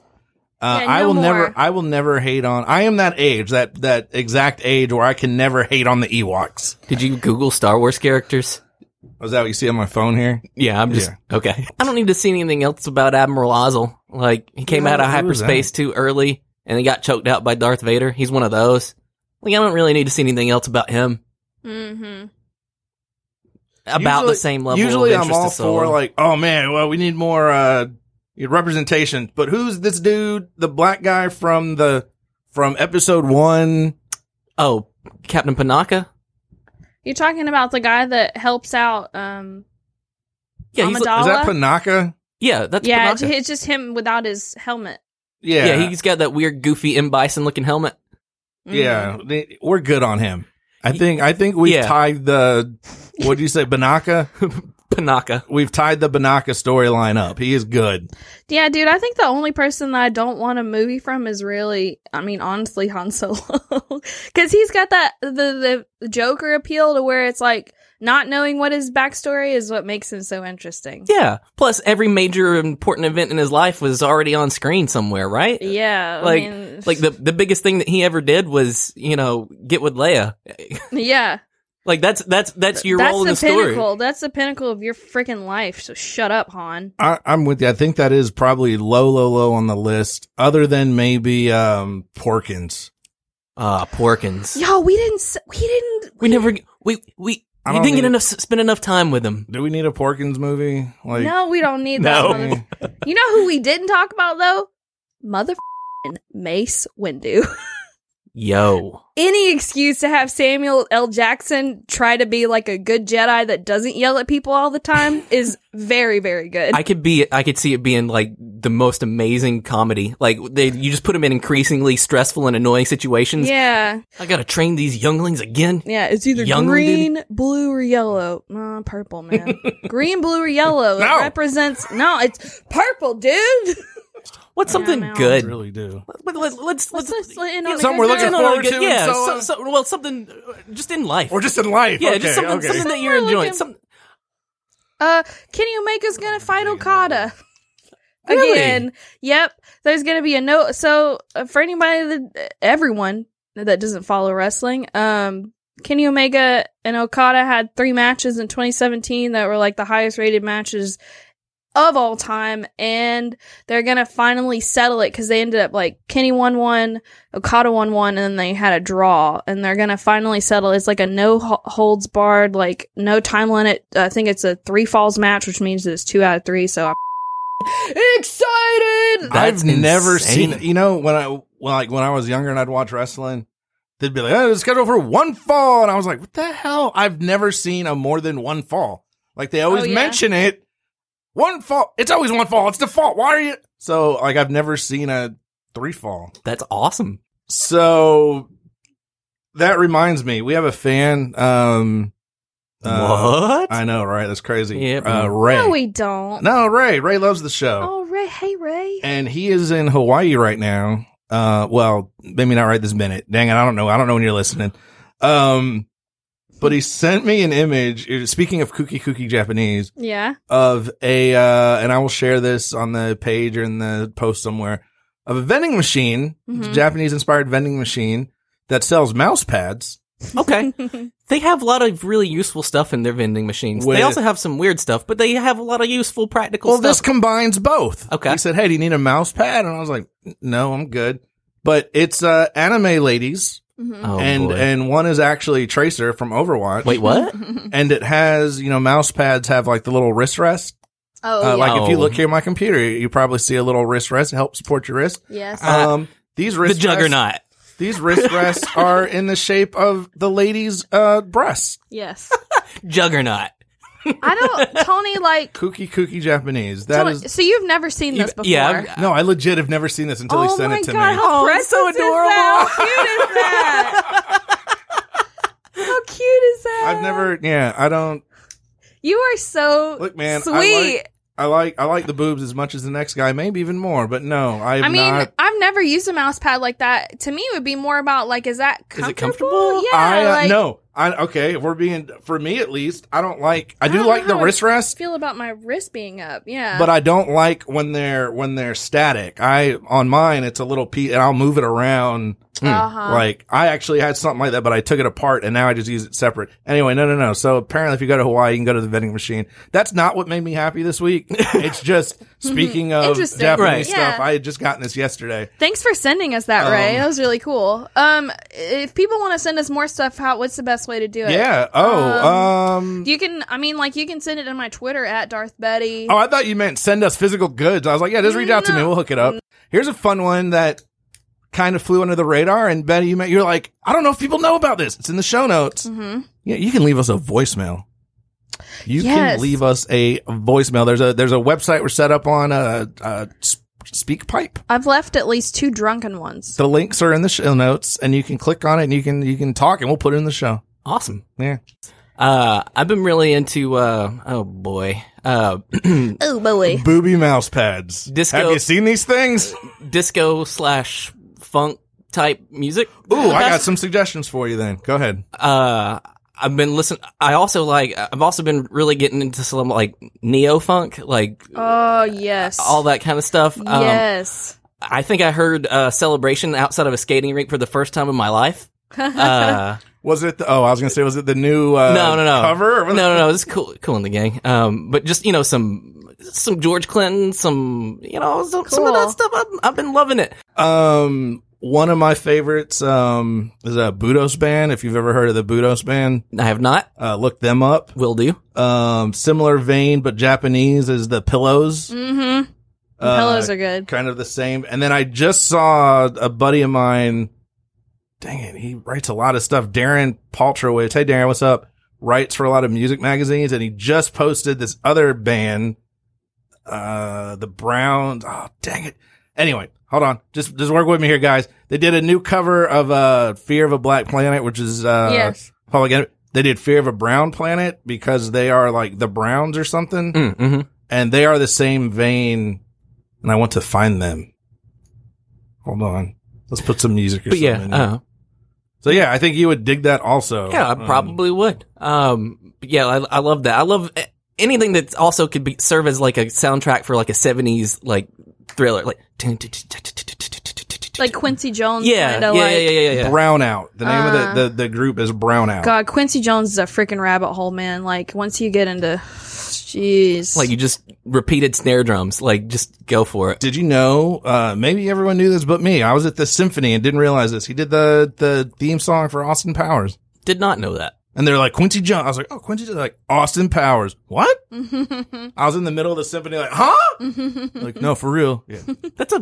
S1: Uh,
S2: Yeah,
S1: I
S2: no
S1: will
S2: more.
S1: never, I will never hate on. I am that age, that that exact age where I can never hate on the Ewoks.
S3: Did you Google Star Wars characters?
S1: Is that what you see on my phone here?
S3: Yeah, I'm just okay. I don't need to see anything else about Admiral Ozzel. Like he came
S1: No,
S3: out of
S1: who was
S3: hyperspace too early and he got choked out by Darth Vader. He's one of those. Like I don't really need to see anything else about him.
S2: Mm-hmm.
S3: About
S1: Usually-
S3: the same level.
S1: Usually, I'm
S3: of interest
S1: all
S3: to Solo.
S1: for like, oh man, well, we need more uh, representation. But who's this dude? The black guy from the from episode one.
S3: oh Captain Panaka.
S2: You're talking about the guy that helps out. Um,
S3: Yeah, he's,
S2: Amidala?
S1: Is that Panaka?
S3: yeah, that's
S2: yeah,
S3: Panaka.
S2: it's just him without his helmet.
S1: Yeah,
S3: Yeah, he's got that weird, goofy M Bison looking helmet.
S2: Mhm.
S1: Yeah, they- we're good on him. I think I think we've
S3: Mm-hmm. Yeah.
S1: tied the what do you say Banaka?
S3: Panaka.
S1: We've tied the Banaka storyline up. He is good.
S2: Yeah, dude, I think the only person that I don't want a movie from is really, I mean, honestly, Han Solo. Because he's got that, the, the Joker appeal to where it's like, not knowing what his backstory is what makes him so interesting.
S3: Yeah. Plus, every major important event in his life was already on screen somewhere, right?
S2: Yeah.
S3: Like-
S2: I mean,
S3: Like the the biggest thing that he ever did was, you know, get with Leia.
S2: yeah.
S3: Like that's that's that's your
S2: That's
S3: role in
S2: the,
S3: the story.
S2: pinnacle. That's the pinnacle of your freaking life. So shut up, Han.
S1: I, I'm with you. I think that is probably low, low, low on the list, other than maybe um Porkins.
S3: Ah, Porkins.
S2: Yo, we didn't, s- we didn't,
S3: We never we we
S1: I
S3: you
S1: don't
S3: didn't get
S1: even-
S3: enough spend enough time with him.
S1: Do we need a Porkins movie? Like
S2: no, we don't need that.
S3: No.
S2: mother- you know who we didn't talk about though? Mother Mace Windu.
S3: Yo.
S2: any excuse to have Samuel L. Jackson try to be like a good Jedi that doesn't yell at people all the time is very, very good.
S3: I could be I could see it being like the most amazing comedy. Like they you just put him in increasingly stressful and annoying situations.
S2: yeah,
S3: I gotta train these younglings again.
S2: yeah. It's either
S3: Young
S2: green, blue, or yellow. Uh, purple, man. green, blue, or yellow. It
S1: No.
S2: represents no. It's purple, dude.
S3: What's something
S2: no.
S1: I
S3: good?
S1: really do.
S3: Let, us let's
S2: Let's,
S3: let's,
S2: let's let in on a
S1: Some
S2: good
S1: we're
S2: note.
S1: looking
S3: No,
S1: forward
S3: no, no, good-
S1: to,
S3: Yeah,
S1: and so,
S3: so-
S1: uh,
S3: so- well, something uh, just in life.
S1: Or just in life.
S3: yeah,
S1: okay,
S3: just something,
S1: okay.
S3: something that you're
S2: Something we're looking-
S3: enjoying. Some,
S2: Uh, Kenny Omega's gonna fight Okada.
S3: Really?
S2: Again, yep. There's gonna be a note. So uh, for anybody that everyone that doesn't follow wrestling, um, Kenny Omega and Okada had three matches in 2017 that were like the highest rated matches of all time, and they're gonna finally settle it because they ended up like Kenny won one, Okada won one, and then they had a draw, and they're gonna finally settle. It's like a no ho- holds barred, like no time limit. I think it's a three falls match, which means it's two out of three. So I'm excited.
S3: That's
S1: I've never
S3: insane.
S1: seen it. You know, when I when, like when I was younger and I'd watch wrestling, they'd be like, "Oh, it's scheduled for one fall," and I was like, "What the hell?" I've never seen a more than one fall. Like they always
S2: Oh, yeah.
S1: mention it. One fall. It's always one fall. It's the fault. Why are you? So like I've never seen a three fall.
S3: That's awesome.
S1: So that reminds me, we have a fan. Um, uh,
S3: what?
S1: I know, right? That's crazy.
S3: Yep.
S1: Uh, Ray.
S2: No, we don't.
S1: no, Ray. Ray loves the show
S2: Oh, Ray. Hey, Ray.
S1: and he is in Hawaii right now. Uh, well, maybe not right this minute. Dang it, I don't know. I don't know when you're listening. Um, but he sent me an image. it- Speaking of kooky kooky Japanese,
S2: Yeah.
S1: of a uh, and I will share this on the page or in the post somewhere of a vending machine,
S3: Mm-hmm.
S2: Mhm.
S1: Japanese inspired vending machine that sells mouse pads.
S3: okay.
S1: Uh,
S3: They have a lot of really useful stuff in their vending machines.
S1: With-
S3: They also have some weird stuff, but they have a lot of useful, practical
S1: Well,
S3: stuff.
S1: this combines both.
S3: Okay.
S1: He said, "Hey, do you need a mouse pad?" And I was like, "No, I'm good." But it's uh, anime ladies.
S2: Mhm.
S3: oh,
S1: and
S3: boy.
S1: and one is actually Tracer from Overwatch.
S3: Wait, what?
S1: And it has, you know, mouse pads have like the little wrist rest.
S2: Oh,
S1: Uh,
S2: yeah.
S1: Like if you
S3: Oh.
S1: look here at my computer, you probably see a little wrist rest to help support your wrist.
S2: yes.
S3: Uh,
S1: Um, these
S3: the
S1: wrist
S3: Juggernaut.
S1: rests, these wrist rests are in the shape of the lady's uh breasts.
S2: yes.
S3: Juggernaut.
S2: I don't, Tony, like,
S1: Kooky kooky Japanese. That
S2: Tony-
S1: is
S2: so you've never seen this before.
S3: yeah, I've-
S1: no. I legit have never seen this until he
S2: oh
S1: sent
S2: my
S1: it to
S2: god,
S1: me.
S2: how
S3: Oh,
S2: precious
S3: it's so
S2: is that?
S3: adorable.
S2: How cute is that? how cute is that?
S1: I've never. Yeah, I don't.
S2: You are so
S1: Look, man, I
S2: sweet.
S1: like- I like I like the boobs as much as the next guy, maybe even more. But no, I'm
S2: I mean,
S1: not.
S2: I've never used a mouse pad like that. To me, it would be more about like, is that
S3: Is
S2: comfortable?
S3: it comfortable?
S2: Yeah,
S1: I uh,
S2: like,
S1: no. I okay. If we're being for me at least, I don't like. I, do
S2: don't
S1: like
S2: know
S1: the
S2: how I
S1: wrist rest.
S2: feel about my wrist being up. Yeah,
S1: but I don't like when they're when they're static. I on mine it's a little piece, and I'll move it around. Hmm.
S2: Uh-huh.
S1: Like I actually had something like that, but I took it apart and now I just use it separate. Anyway, no, no, no. So apparently, if you go to Hawaii, you can go to the vending machine. That's not what made me happy this week. it's just speaking of
S2: Interesting.
S1: Japanese
S3: Right.
S1: stuff.
S2: Yeah.
S1: I had just gotten this yesterday.
S2: Thanks for sending us that, Ray. That was really cool. Um, if people want to send us more stuff, how what's the best way to do it?
S1: Yeah. Oh. Um.
S2: you can. I mean, like you can send it to my Twitter at Darth Betty.
S1: Oh, I thought you meant send us physical goods. I was like, yeah, just reach out to me.
S2: No.
S1: We'll hook it up. Here's a fun one that kind of flew under the radar. And Betty, you met, you're like, I don't know if people know about this. It's in the show notes.
S2: Mm. Mm-hmm.
S1: Yeah, you can leave us a voicemail. You
S2: Yes.
S1: can leave us a voicemail. There's a there's a website we're set up on. Uh, uh, S- SpeakPipe.
S2: I've left at least two drunken ones.
S1: The links are in the show notes, and you can click on it, and you can you can talk, and we'll put it in the show.
S3: Awesome.
S1: Yeah.
S3: Uh, I've been really into, uh, oh boy, uh,
S2: Oh boy.
S1: Booby mouse pads.
S3: Disco-
S1: Have you seen these things?
S3: disco slash funk type music.
S1: Ooh, I got some suggestions for you. Then go ahead.
S3: uh I've been listening. I also like. I've also been really getting into some like neo funk, like
S2: Oh yes.
S3: all that kind of stuff. Um,
S2: Yes.
S3: I think I heard uh, "Celebration" outside of a skating rink for the first time in my life. Uh,
S1: Was it? The, oh, I was gonna say, was it the new uh,
S3: no, no, no,
S1: cover? Or
S3: No,
S1: was
S3: no, no. It's cool, cool in the gang. Um, but just you know some some George Clinton, some you know some, some
S2: Cool.
S3: of that stuff. I've, I've been loving it.
S1: it- Um, one of my favorites um, is a Budos band. If you've ever heard of the Budos band,
S3: I have not.
S1: uh, look them up.
S3: Will do.
S1: Um, similar vein, but Japanese is the Pillows.
S2: Mm-hmm.
S1: Uh,
S2: Pillows are good.
S1: kind of the same. And then I just saw a buddy of mine. Dang it, he writes a lot of stuff. Darren Paltrowitz. Hey, Darren, what's up? Writes for a lot of music magazines, and he just posted this other band, uh, the Browns. Oh, dang it. Anyway, hold on. Just just work with me here, guys. They did a new cover of uh, "Fear of a Black Planet," which is uh,
S2: yes.
S1: Public Enemy. They did "Fear of a Brown Planet" because they are like the Browns or something
S3: Mm, mhm.
S1: and they are the same vein. And I want to find them. Hold on, let's put some music. Or
S3: But yeah,
S1: something in here.
S3: uh,
S1: so yeah, I think you would dig that also.
S3: Yeah, I
S1: Um,
S3: probably would. Um, but yeah, I, I love that. I love eh, anything that also could be serve as like a soundtrack for like a seventies like thriller, like
S2: Like Quincy Jones.
S3: yeah, yeah,
S2: kinda
S3: yeah,
S2: like,
S3: yeah, yeah, yeah.
S1: Brownout. The name of the, the the group is Brownout.
S2: God, Quincy Jones is a freaking rabbit hole, man. Like once you get into, jeez.
S3: Like you just repeated snare drums. Like just go for it.
S1: Did you know? Uh, maybe everyone knew this, but me. I was at the symphony and didn't realize this. He did the the theme song for Austin Powers,
S3: Did not know that.
S1: and they're like Quincy Jones. I was like, oh, Quincy Jones, like Austin Powers. What? I was in the middle of the symphony, like, huh? like, no, for real. Yeah.
S3: That's a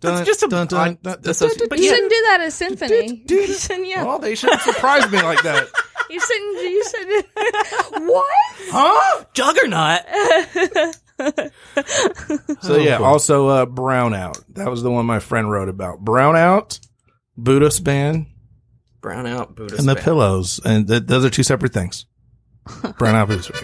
S3: that's
S1: Dun,
S3: just a
S1: dun, dun,
S3: odd
S1: dun, dun,
S3: association.
S1: dun,
S3: But
S2: you
S3: yeah,
S2: shouldn't do that at symphony.
S1: Dude, dude.
S2: You shouldn't. Yeah.
S1: Well, they shouldn't surprise me like that.
S2: You shouldn't. You shouldn't. what?
S1: Huh?
S3: Juggernaut.
S1: So yeah, also uh, brownout. That was the one my friend wrote about. Brownout, Buddha span,
S3: Brownout Buddhist.
S1: and the
S3: band.
S1: pillows, and th- those are two separate things. Brownout, Buddha span.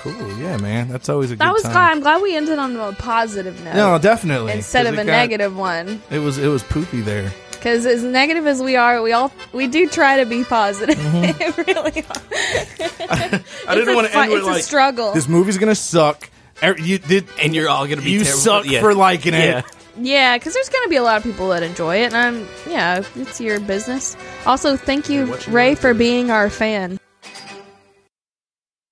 S1: Cool. Yeah, man. That's always a good
S2: That was
S1: time.
S2: glad. I'm glad we ended on a positive note
S1: No, definitely.
S2: instead
S1: 'cause
S2: of
S1: it
S2: a
S1: got-
S2: negative one.
S1: It was it was poopy there.
S2: Because as negative as we are, we all we do try to be positive.
S3: Mm-hmm.
S2: really are.
S1: I didn't want to end with
S2: It's
S1: like
S2: a struggle.
S1: this movie's gonna suck. Er, You did.
S3: And you're all gonna be
S1: You
S3: terrible.
S1: suck
S3: yeah.
S1: for liking it.
S3: Yeah.
S2: Yeah, because there's going to be a lot of people that enjoy it, and I'm yeah, it's your business. Also, thank you, Ray, for being our fan.